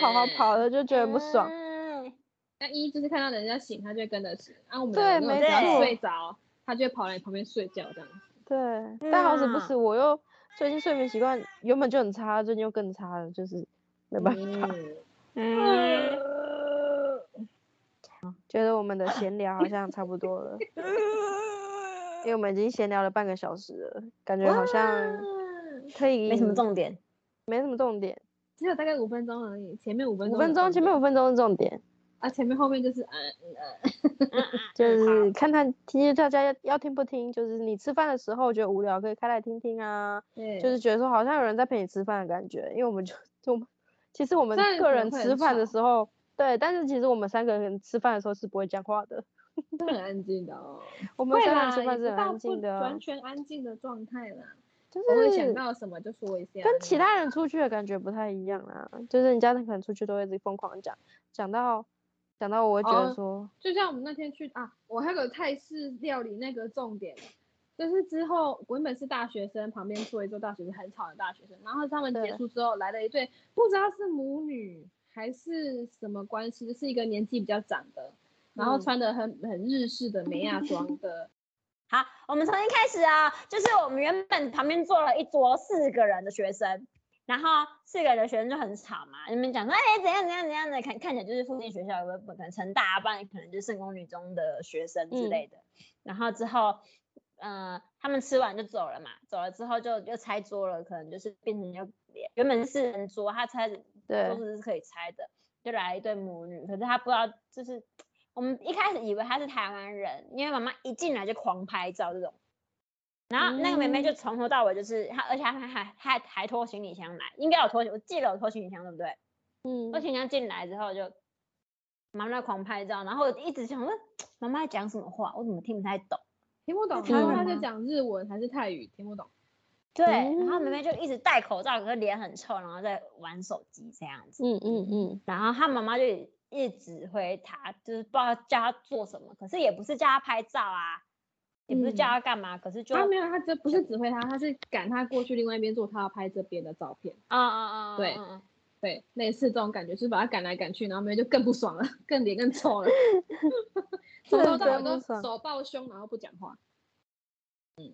跑跑哎，跑的就觉得不爽。嗯那一就是看到人家醒，他就会跟着醒。啊，我们对两个那没种只要错睡着，他就会跑来你旁边睡觉这样。对，但好死不嗯死，我又最近睡眠习惯原本就很差，最近又更差了，就是没办法。(laughs) 嗯，嗯 (laughs) 觉得我们的闲聊好像差不多了，因为我们已经闲聊了半个小时了，感觉好像可以没什么重点，没什么重点，只有大概五分钟而已，前面五分五钟，分钟前面五分钟是重点。啊，前面后面就是嗯嗯就是看看听大家要要听不听，就是你吃饭的时候觉得无聊可以开来听听啊，嗯，就是觉得说好像有人在陪你吃饭的感觉，因为我们就就我们其实我们虽然个可能人会吃很饭的吵时候，对，但是其实我们三个人吃饭的时候是不会讲话的，是很安静的哦。我们会三个啦，人吃也饭不是很到安不静的啊完，全安静的状态啦。就我会想是到什么就说一下。跟其他人出去的感觉不太一样啊，就是人家可能出去都会一直疯狂地讲，讲到讲到我会觉得哦说，就像我们那天去啊，我还有个泰式料理那个重点，就是之后我原本是大学生，旁边坐一桌大学生，很吵的大学生，然后他们结对束之后来了一对，不知道是母女还是什么关系，就是一个年纪比较长的，然后嗯穿的很很日式的美亚装的，好，我们重新开始啊！就是我们原本旁边坐了一桌四个人的学生，然后四个人的学生就很吵嘛，你们讲说哎、怎样怎样怎样的，看看起来就是附近学校有个可能成大，啊不然可能就是圣公女中的学生之嗯类的。然后之后，呃，他们吃完就走了嘛，走了之后就又拆桌了，可能就是变成就原本是四人桌，他拆对桌哦子是可以拆的，就来了一对母女，可是他不知道，就是我们一开始以为她是台湾人，因为妈妈一进来就狂拍照这种。然后那个妹妹嗯就从头到尾就是她，而且她还还还还拖行李箱来，应该有拖，我记得有拖行李箱对不对？嗯拖，行李箱进来之后就妈妈狂拍照，然后我一直想问妈妈在讲什么话，我怎么听不太懂？听不懂，听他得他懂就吗讲日文还是泰语，听不懂。对，然后妹嗯妹就一直戴口罩，可是脸很臭，然后在玩手机这样子。嗯嗯嗯，然后她妈妈就一直指挥她，就是不知道叫她做什么，可是也不是叫她拍照啊，也不是叫嗯她干嘛，可是就他没有，他这不是指挥他，他是赶他过去另外一边做他要拍这边的照片。啊啊啊，对嗯嗯对，类似这种感觉，就是把他赶来赶去，然后妹妹就更不爽了，更脸更臭 (laughs) 了，从头到尾真的都不爽手抱胸，然后不讲话。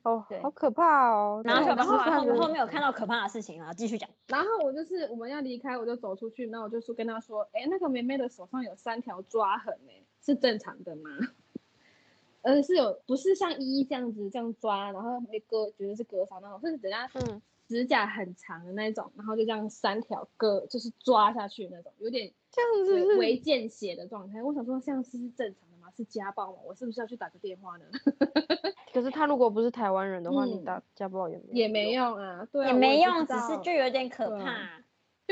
哦，对好可怕哦，然后这小白种吃后来饭后面的后面有看到可怕的事情啊，继续讲。然后我就是我们要离开，我就走出去，然后我就说跟他说，哎，那个妹妹的手上有三条抓痕、欸，是正常的吗？ (laughs) 而且是有，不是像依依这样子这样抓，然后被割，觉得是割伤那种，是人家嗯指甲很长的那种，然后就这样三条割，就是抓下去的那种，有点这样子微是微见血的状态。我想说，这样是正常的吗？是家暴吗？我是不是要去打个电话呢？可是他如果不是台湾人的话，你嗯打家暴也 (laughs) 没也有没用用啊，对啊，也我没不用，知只是道就有点可对啊怕。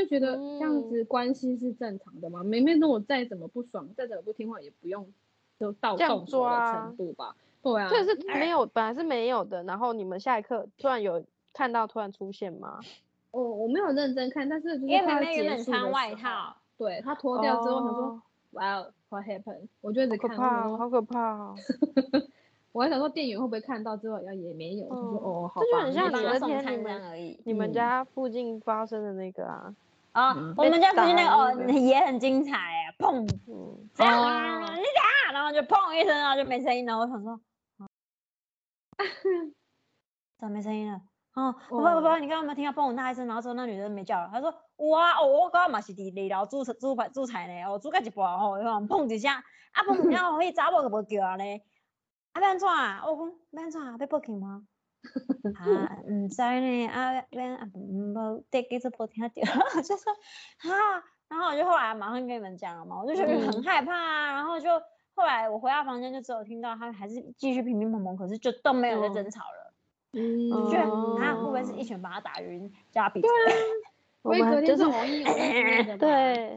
就觉得这样嗯子关系是正常的嘛。梅梅跟我再怎么不爽，再怎么不听话，也不用就到这样动手的抓程度吧。对啊，这是没有，本来是没有的，然后你们下一刻突然有看到，突然出现吗？我我没有认真看，但是就是因为妹快要妹原结本束的穿外时候，套，对她脱掉之后，想说哦哇哦，What happened？我就一直好可看，我怕想哦，说好可怕 (laughs) 哦！我还想说店员会不会看到之后，要也没有，就说哦哦，好这就吧很没像帮办你她法那送天餐你这们样而已。你们嗯家附近发生的那个啊，啊，嗯我们家附近那个打哦那个也很精彩啊，砰，嗯，这样哦你打，然后就砰一声，然后就没声音了。我想说，啊怎么没声音了？哦，不不不，你刚刚有没有听到砰很大一声？然后之后那女的没叫了，她说我啊，哦我刚刚嘛是伫二楼煮煮饭煮菜呢，哦煮到一半吼，然后砰一声，啊砰一声，哦迄查某就无叫啊咧。啊，要安怎啊？我讲要安怎啊？要报警吗？啊，毋知呢，啊，要要啊，无得给这波听到， (laughs) 就说啊，然后我就后来马上跟你们讲了嘛，我就觉得很害怕啊，然后就后来我回到房间就只有听到他们还是继续乒乒乓乓，可是就都没有在嗯争吵了，嗯就觉得啊，会不会是一拳把他打晕，叫他闭嘴？我我也隔们天就是是红衣，红衣之类的吧， (laughs) 对，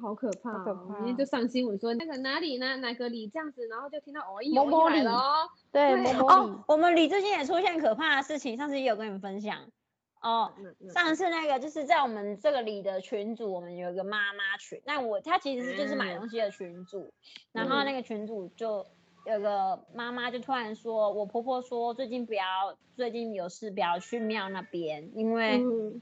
好可怕、哦，好可怕明天就上新闻说那个哪里呢，哪个里这样子，然后就听到哦一某某来里了哦，对，对摸摸你哦， (laughs) 我们李最近也出现可怕的事情，上次也有跟你们分享哦。嗯嗯上次那个就是在我们这个里的群组，我们有一个妈妈群，那我她其实就是买嗯东西的群组，然后那个群组就有个妈妈就突然说，我婆婆说最近不要，最近有事不要去庙那边，因为嗯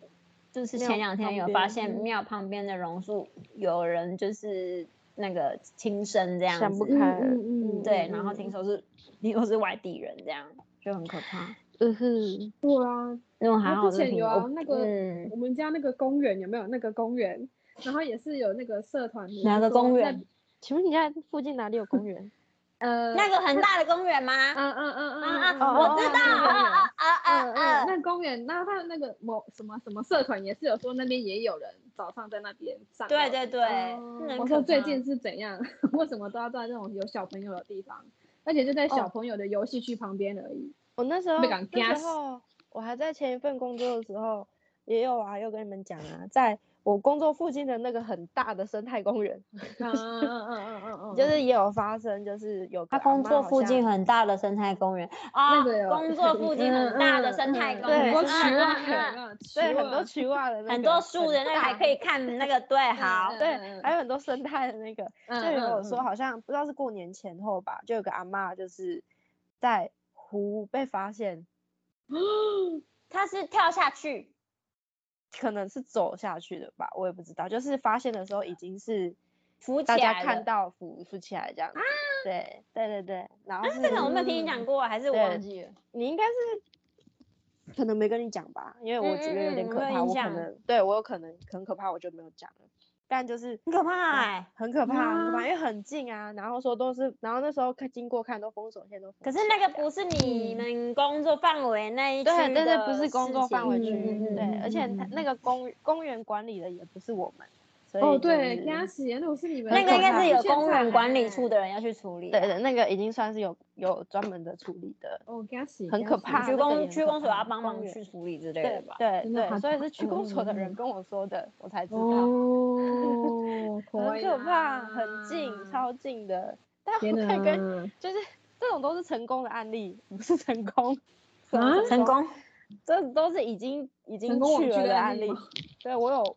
就是庙前两天旁有边发现嗯庙旁边的榕树有人就是那个轻生这样想不子，开了，嗯嗯对，然后听嗯说是听说是外地人这样，就很可怕。嗯哼，对啊，那种还然好后是之前苹有啊果那个嗯，我们家那个公园有没有那个公园？然后也是有那个社团，比哪如个说公在园？请问你家附近哪里有公园？呃，那个很大的公园吗？嗯嗯嗯啊嗯，啊，我知道，啊啊嗯啊嗯，啊！那公园，那他那个某什么什么社团也是有说那边也有人早上在那边上。对对对，哦那很我可说最怕近是怎样？ (laughs) 为什么都要在这种有小朋友的地方？而且就在小哦朋友的游戏区旁边而已。我那时候被赶那夹时死候我还在前一份工作的时候，也有啊，有跟你们讲啊，在我工作附近的那个很大的生态公园，嗯嗯嗯嗯 (laughs) 嗯嗯，就是也有发生，就是有个他阿工嬷作好附像近很大的生态公园啊，那个有 (laughs) 嗯工作附近很大的生态公对园，很嗯多啊曲嗯袜嗯嗯对很多奇 (laughs) 怪的那个很多树的那个还可以以看那个，对，好，对，还有很多生态的那个，嗯就有嗯我说嗯好像不知道是过年前后吧，就有个阿嬷就是在湖被发现，他是跳下去，可能是走下去的吧，我也不知道，就是发现的时候已经是浮大起家来看了啊到浮浮起来这样子，对对对对，然后是这个我没有听你讲过，还是我对忘记了？你应该是可能没跟你讲吧，因为我觉得有嗯嗯嗯点我可没有怕，印我可象能对我有可能很可怕，我就没有讲了。但就是很可怕哎。很可怕，很可怕，因为很近啊，然后说都是，然后那时候看经过看都封锁线都封可是锁起来那这个样，不是你们工作范围那一区对对对，的不是工作事情范围嗯区，嗯嗯对，而且嗯它嗯那个公公园管理的也不是我们，所以、哦对，就给他是洗，那我是你们那个应该很可怕是有公园管理处的。的人要去处理啊、对对，那个已经算是有有专门的处理的，哦，给他洗，很给可他洗怕区那个也公很区可公所怕要帮公忙园去处理之类的对吧。对真的对，好所以可是区公所的人嗯跟我说的，我才知道。哦， (laughs) 啊很可怕，很近，啊超近的。 (laughs) 但我可 (laughs) 天以哪！跟就是这种都是成功的案例，不是成功， (laughs) 什么啊成，功，这都是已经已经成功往去去了的的案案例例吗。对我有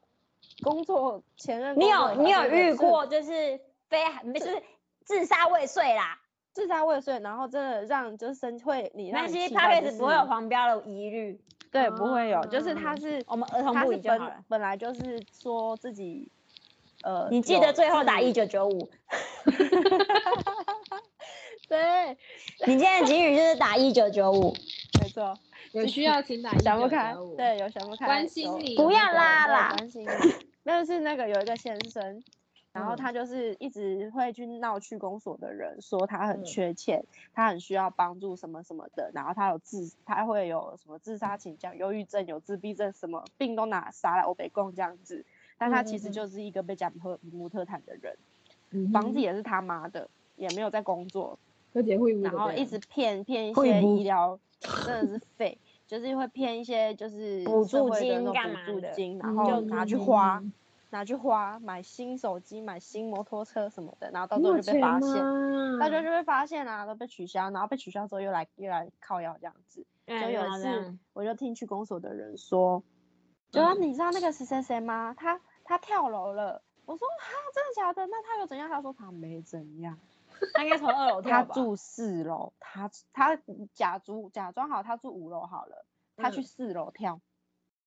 工作前任你工作有的你有发生遇是过就是非没是自杀未遂啦？自杀未遂，然后真的让就是生会你没让关你系气到 p 就 d 是不会有黄标的疑虑，对不会有，就是啊他是我们儿童他不是宜就好本了。本来就是说自己呃，你记有得最后打自一九九五，对，你今天的警语就是打一九九 (laughs) 五，没错，有需要请打想不1995开，对，有想不开，关心有你，不要啦对啦关心你。 (laughs) 那是那个有一个先生，然后嗯他就是一直会去闹去公所的人，说他很嗯缺钱，他很需要帮助什么什么的，然后他有自他会有什么自杀倾向、忧郁症、有自闭症，什么病都拿杀来欧北共这样子。但他其嗯实嗯嗯就是一个被贾姆姆特坦的人，嗯哼房子也是他妈的，也没有在工作，有点会，然后一直骗骗一会些不医疗，真的是废，就是会骗一些就是补社助会的金那种干补嘛助的金，然嗯后嗯拿去嗯花嗯，拿去花买新手机、买新摩托车什么的，然后到你最后有就被钱吗？发现，到最后就被发现啦、都被取消，然后被取消之后又来又来靠药这样子。嗯就哎有一次，我就听去公所的人说，就嗯说你知道那个谁谁谁吗？他他跳楼了。我说哈，真的假的？那他又怎样？他说他没怎样。他应该从二楼他跳吧？住四楼，他他假租假装好，他住五楼好了，他去嗯四楼跳，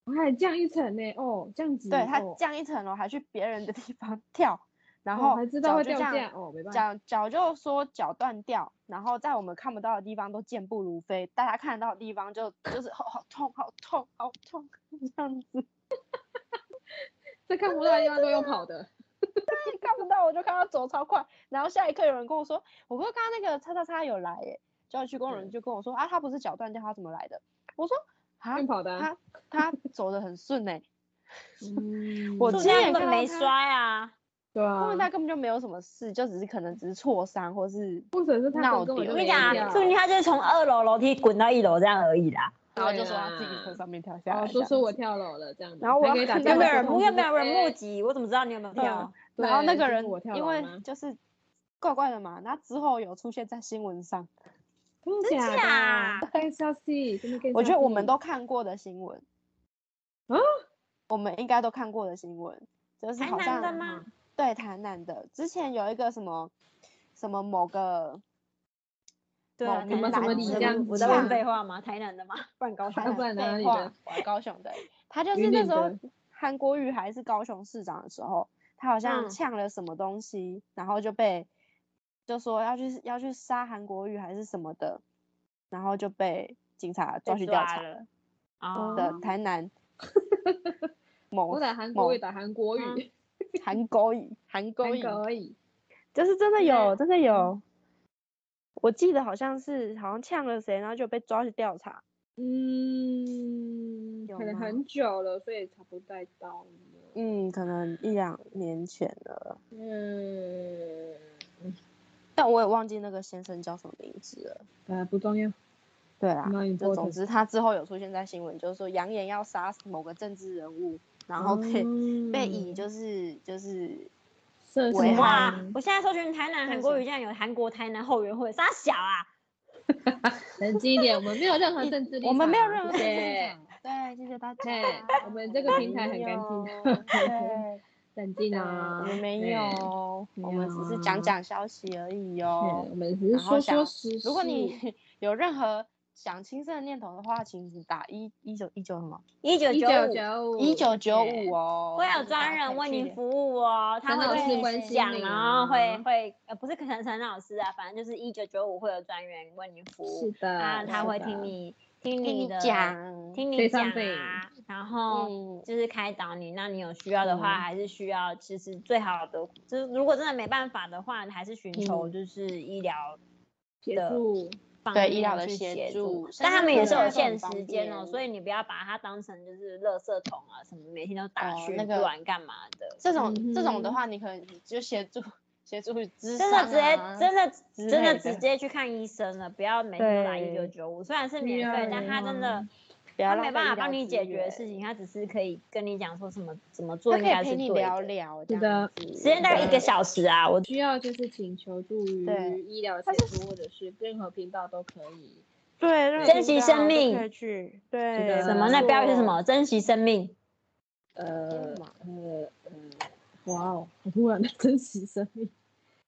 我还降一层呢，哦，降级，对他哦降一层楼还去别人的地方跳，然哦后还知脚道会就掉这样价哦，没办法，脚脚就说脚断掉，然后在我们看不到的地方都健步如飞，大家看得到的地方就就是好好痛好痛好痛 (laughs) 这样子，在看不到的地方都用跑的，看不到我就看他走超快，然后下一刻有人跟我说，我哥刚刚那个叉叉叉有来耶，就去工人就跟我说啊，他不是脚断掉，他怎么来的？我说 (laughs) 啊用，跑的啊，他他走得很顺哎、嗯我住今天家也根本看到没他摔啊，对啊他，们大概根本就没有什么事，就只是可能只是挫伤或是或者是他闹们根本丢就我跟我没你讲啊，跳哦说不定他就是从二楼楼梯滚到一楼这样而已啦。然后就对说他自己啦从上面跳下然来后这啊哦说样出子，我跳楼了这样子，然后我还可以要打看电有话没到有人通目？知有没有人目哎哦击？我怎么知道你有没有跳？然后那对个就是人我跳因楼为吗就是怪怪的嘛，那之后有出现在新闻上，真的啊真假假的？更消息，真的更我觉得我消们息都看过的新闻，啊，我们应该都看过的新闻，就是台好南的像啊吗？对台南的，之前有一个什么什么某个对啊，某台哦们个什么男李子这样江，子我在问啊废话吗？台南的吗？不 (laughs) 然高啊雄要不然废哪里话的我还高 (laughs) 雄的欸，他就云是那林时候的韩国瑜还是高雄市长的时候，他好像嗯呛了什么东西，然后就被就说要去要去杀韩国瑜还是什么的，然后就被警察抓去被调抓查了。哦，的呃台南某我打韩某国语，打韩国嗯语， (laughs) 韩国瑜，韩国韩瑜嗯国语，就是真的对有，真的有。我记得好像是好像呛了谁，然后就被抓去调查。嗯，有可能吗很久了，所以查不太到了。嗯，可能一两年前了，嗯，但我也忘记那个先生叫什么名字了。呃，不重要。对啦， Not 就总 important 之他之后有出现在新闻，就是说扬言要杀死某个政治人物，然后被、被以嗯就是就是色危情害哇啊！我现在搜寻台南韩国语，竟然有韩国台南后援会，傻小啊！ (laughs) 冷静一点，我们没有任何一政治立场，我们没有任何谢政治立谢场对，谢谢大家嘿。我们这个平台很干净没有的 (laughs) 对冷静对啊，我们没对有，哦，我没们有只是啊讲讲消息而已对哦我。们只是然说说后想实事。如果你 (laughs) 有任何想轻生的念头的话，请你打一一九一九什么一九一九九五九五一九九对五哦，会有就是大专家人可以为去您联服务哦，他陈会老跟师你关心讲，你然后会啊会呃不是可能陈老师啊，反正就是一九九五会有专人为您服是务，的，啊，他是会的听你听听你你的讲，听你 Say 讲 something 啊，然哦后。嗯，就是开导你，那你有需要的话，嗯还是需要，其实最好的就是，如果真的没办法的话，还是寻求嗯就是医疗协的助方对面医疗的去协协助但现他在们可也是能有现在都限很时方间哦，便所以你不要把它当成就是垃圾桶啊什么，每天都打哦去那个乱干嘛的。这种这种嗯的哼话，你可能就协助协助咨真的直商接啊真之的真的类直的接去看医生了，不要每天都打一九对九五，虽然是对免啊费，但他真的不要他浪没费办医法帮疗你资解决的事源情，他只是可以跟你讲说什么怎么他做应可以该陪是你对聊的。聊，这是样的子时间大概一个小时啊，我需要就是请求助于对医疗协它是助或者是任何频道都可以。对，任何珍频惜道生都命可以去，对，的没什么那标语是什错？嗯么？珍惜生命。呃天哪呃呃，哇哦，好突然的珍惜生命。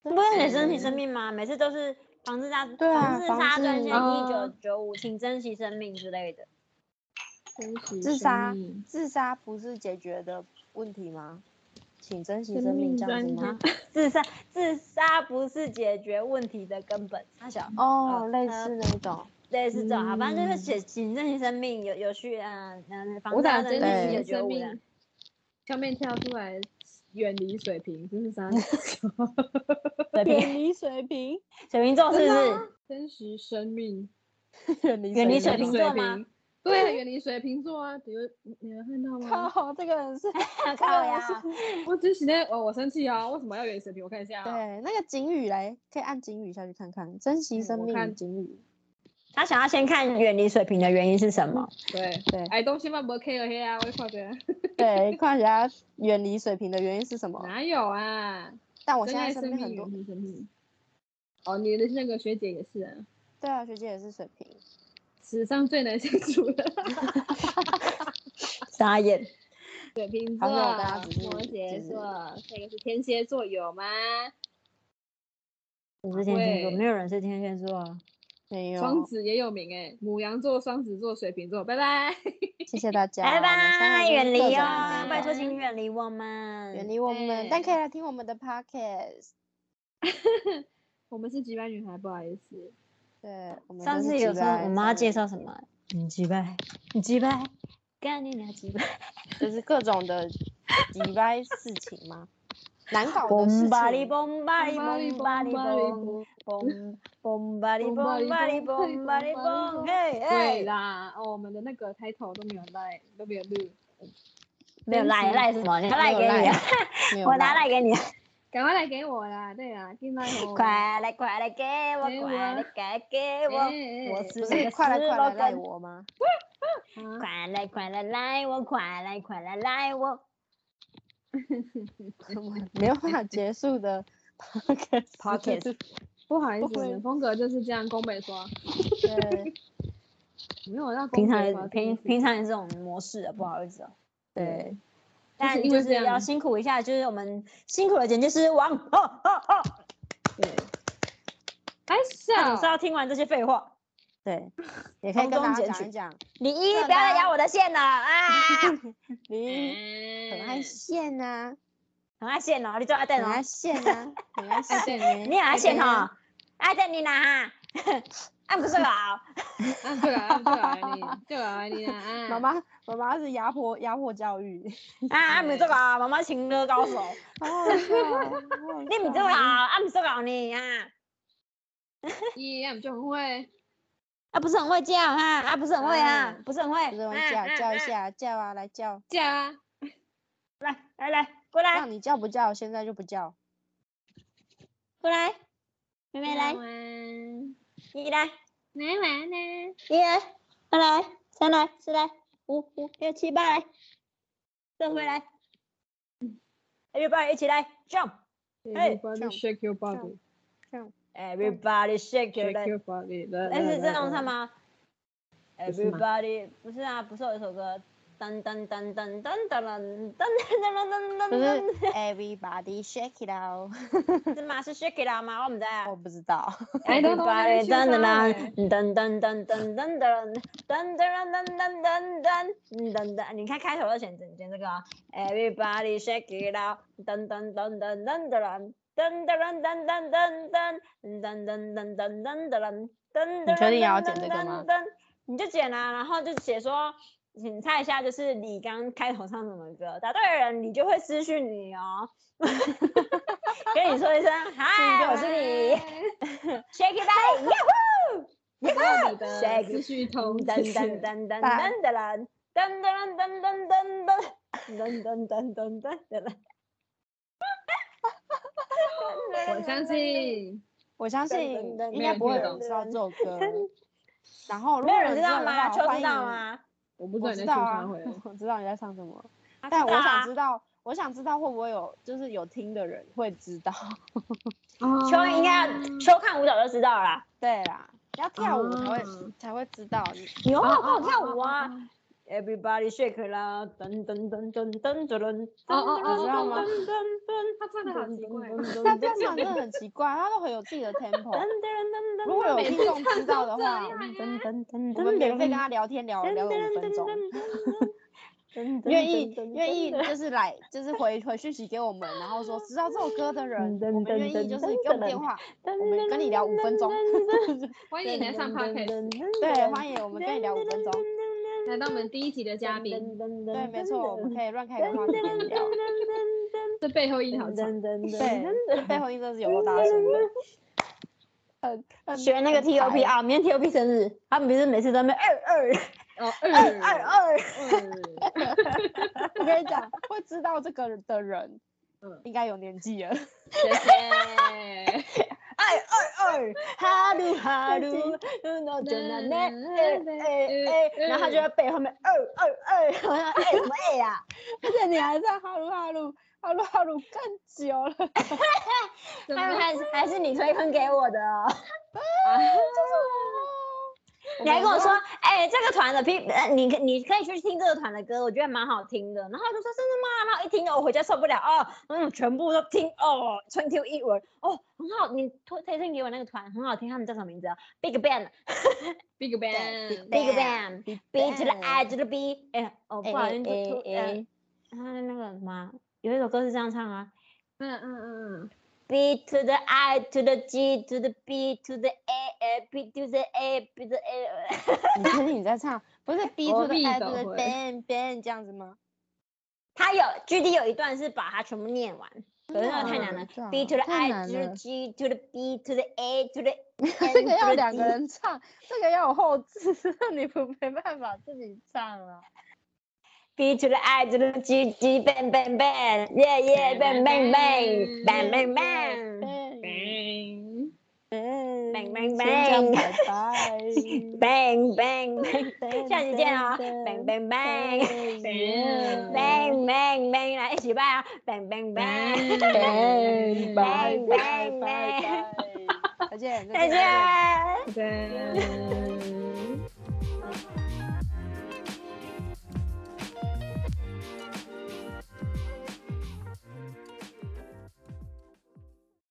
不是得珍惜嗯生命吗？每次都是防治大对啊防治防杀专线治一九哦九五，请珍惜生命之类的。珍惜自生杀命自杀不是解决的问题吗？请珍惜生生命命这样专子吗？自杀自杀不是解决问题的根本，他想哦，类呃似那种，类似这种，啊好，反正就是嗯写谨慎性生命，有有去嗯嗯，防我打治珍对惜一九九生五的命，上面跳出来远离水瓶，这是 (laughs) 啥？水瓶 (laughs) 远离水瓶，水瓶哦座是不是？ (laughs) 珍惜生命， (laughs) (laughs) 远离远离水远离瓶吗座水吗瓶。对啊，远离水瓶座啊，比如你你有看到吗？靠，这个人是靠呀，我只是现在哦，我生气啊！为什么要远离水瓶？我看一下啊、对那个警语来，可以按警语下去看看，珍惜嗯生我命看警 (laughs) 语，他想要先看远离水瓶的原因是什么？对对哎，东西嘛无 care 黑啊，我看着对，看一下远离水瓶的原因是什么？哪有啊？但嗯我珍现在爱身生边命，很多远，离生命。哦，你的那个学姐也是啊，对啊，学姐也是水瓶，史上最难相处 (laughs) 的傻眼，水瓶座好像我大家只、是摩羯只座，这个是天蝎座，有吗？我是天蝎座，对没有人是天蝎座啊。没双有，子也有名哎、母羊座、双子座、水瓶座，拜拜。 (laughs) 谢谢大家，拜拜，远离啊哦，，拜托，拜请远离我们。远离我们，但可以来听我们的 podcast。我们是几班女孩，不好意思。对，我们上真是次有直说白我妈真介的绍什么？你击败，你击败，干你娘击败。就是各种的 d 掰事情吗？难搞的事嘣巴哩情，嘣巴哩嘣嘣巴巴哩哩嘣嘣嘣巴哩嘣巴嘣哩巴哩嘣巴哩嘣巴哩嘣巴哩嘣，嘣嘿对嘿，啦，哦，我们的那个开头都没有带，都没有录。没有真赖是赖什么？你要没赖有给你赖啊，没有我拿赖赖给你啊。赶快来给我啦！对啊，进来哦。快来快来给我，给我快来快给我，哎，我我是不是快来吃快肉来赖羹我吗？ (laughs) 快来快来来我，快来快来来我。没有办法结束的 (laughs) podcast， Podcast 不好意不会思，风格就是这样。宫北说对没有让平宫常北也说平自己平常也是这种模式的，不好意思哦。对，但因就为这是要样辛苦一下，就是我们辛苦的剪接师王，哦哦哦，对，还他总是少要听完这些废话。对，也可以从跟中大截家讲取一讲，你一不要再压我的线了 (laughs) 啊！你很爱很线呐、很爱线哦，你最爱蛋很爱哦，线呐、很 (laughs) 爱线、你欸。很爱线对哦， (laughs) 爱蛋你哪？俺不是吧？啊，对啊，对啊，你对 (laughs) 啊，你啊，妈妈，妈妈是压迫压迫教育，啊，俺没做啊，妈妈情歌高手， (laughs) 好好笑哦，你不做 (laughs) 啊，俺不做啊你啊，一样就很会，啊不是很会叫啊，啊不是很会啊，不是很会，就是啊叫啊叫一啊下，叫啊，来叫，叫啊，来来过来让你叫不叫，现在就不 (laughs) 叫，过来，妹妹来来，玩，你来，来玩呢，一来，二来，三来，四来，五五六七八来，这回来，everybody 一起来 jump。哎 Everybody shake your body, Everybody shake your shake leg， your body。但是这种他唱们吗不是吗？Everybody 不是啊，不是有一首歌噔噔噔噔噔噔噔噔噔噔噔 (laughs) 就噔是 everybody shake it out， (laughs) 噔，是吗？是 Shake It Out 吗？我们在我不知道， I don't know why Everybody she 噔噔噔噔 sang 噔噔噔噔噔噔噔噔噔噔噔噔噔噔，你看开头就选剪剪这个，Everybody Shake It Out，噔噔噔噔噔噔。噔噔噔噔噔噔噔噔噔噔噔噔噔噔噔，你确定要剪这个吗？你就剪啊，然后就写说，请猜一下，就是你刚开头唱什么歌，答对的人你就会私讯你 (laughs) 哦，跟你说一声嗨，我是你，Shake it out，不知道你的 Shake 思绪通，噔噔噔噔噔噔噔噔噔噔噔噔噔。噔噔噔噔噔噔！我相信我相噔信噔噔应没该有不会听有懂人知道这首歌， (laughs) 然后如没果有人知有道的吗？话秋欢知道迎吗？我不知道我你在知道唱啊啥会，，我知道你在唱什么，他但我道啊想知道，我想知道会不会有就是有听的人会知道。 (laughs) 秋应该要秋看舞蹈就知道了啦。对啦，要跳舞才会、哦才会知道你。你有没有跟我哦跳舞啊？Everybody shake 啦，噔噔噔噔噔噔噔，哦哦哦，你知道吗噔噔噔他唱的好奇 (laughs) 怪， (laughs) 他这样唱真的很奇怪，他都很有自 (laughs) 己的 tempo。如果有听众知道的话，我们免费跟他聊天聊聊个五分 (laughs) 钟。愿意愿意就是来就是回回讯息给我们，然后说知道这首歌嗯的人，我们愿意就是给我们电话，我们跟你聊五分钟。 (laughs) 欢迎你来上 podcast，对，欢迎我们跟你聊五分钟。来到我们第一集的嘉宾，对，没错，我们可以乱开一个话题跟你聊。这背后音好长。对，背后音真的是有够大声的。 (laughs) 很 (laughs) 很学那个 T O P 啊，明天 T O P 生日，他们不是每次都在那边二嗯哦，二二二二二，二，我跟你讲，会知道这个的人，嗯应该有年纪了。 (laughs) 谢谢。爱二二，哈鲁 (laughs) 哈鲁，嗯弄到真的呢，哎嗯哎哎，然后他就在背后面二二二， (laughs) 好像哎什么哎呀、而且你还在哈鲁哈鲁哈鲁哈鲁更久了， (laughs) 就是怎他们么还是还是你推坑给我的 (laughs) 哦， (laughs) 我。你还跟我说，哎、这个团的 P，呃你可你可以去听这个团的歌，我觉得蛮好听的。然后我就说真的吗？然后一听我回家受不了哦，嗯，全部都听哦，春秋一吻哦，很好，你推推荐给我那个团很好听，他们叫什么名字啊？Big Bang，Big ？Big Bang， Bang。B 别就起是来， I 就是 B，哎、哦，不好意思，哎突哎呃哎他的那个什么，啊有一首歌是这样唱啊嗯嗯嗯， ，B to the I to the G to the B to the A A B to the A B to the A，呃你确定你在唱？(laughs) 不是 B 我 to the 必 I 懂 to the 会 bang bang 这样子吗？他有 G D 有一段是把它全部念完，可是那啊个太难了。B to the 哦太 I 难 to the 了。 G to the B to the A (laughs) to the N 这个 to 要 the 两个 D 人 (laughs) 唱，这个要有后置，你不没办法自己唱了。 B to the I to the G G bang bang bang yeah yeah bang bang bang bang bang bang 嗯， bang 拜 bang (laughs) bang 拜 bang bang bang，(laughs) 拜，下次见啊，bang (laughs) bang bang。bang bang bang 来一起拜啊，bang bang bang，拜拜 bang bang 拜拜 (laughs) bang，拜，再见再见。对。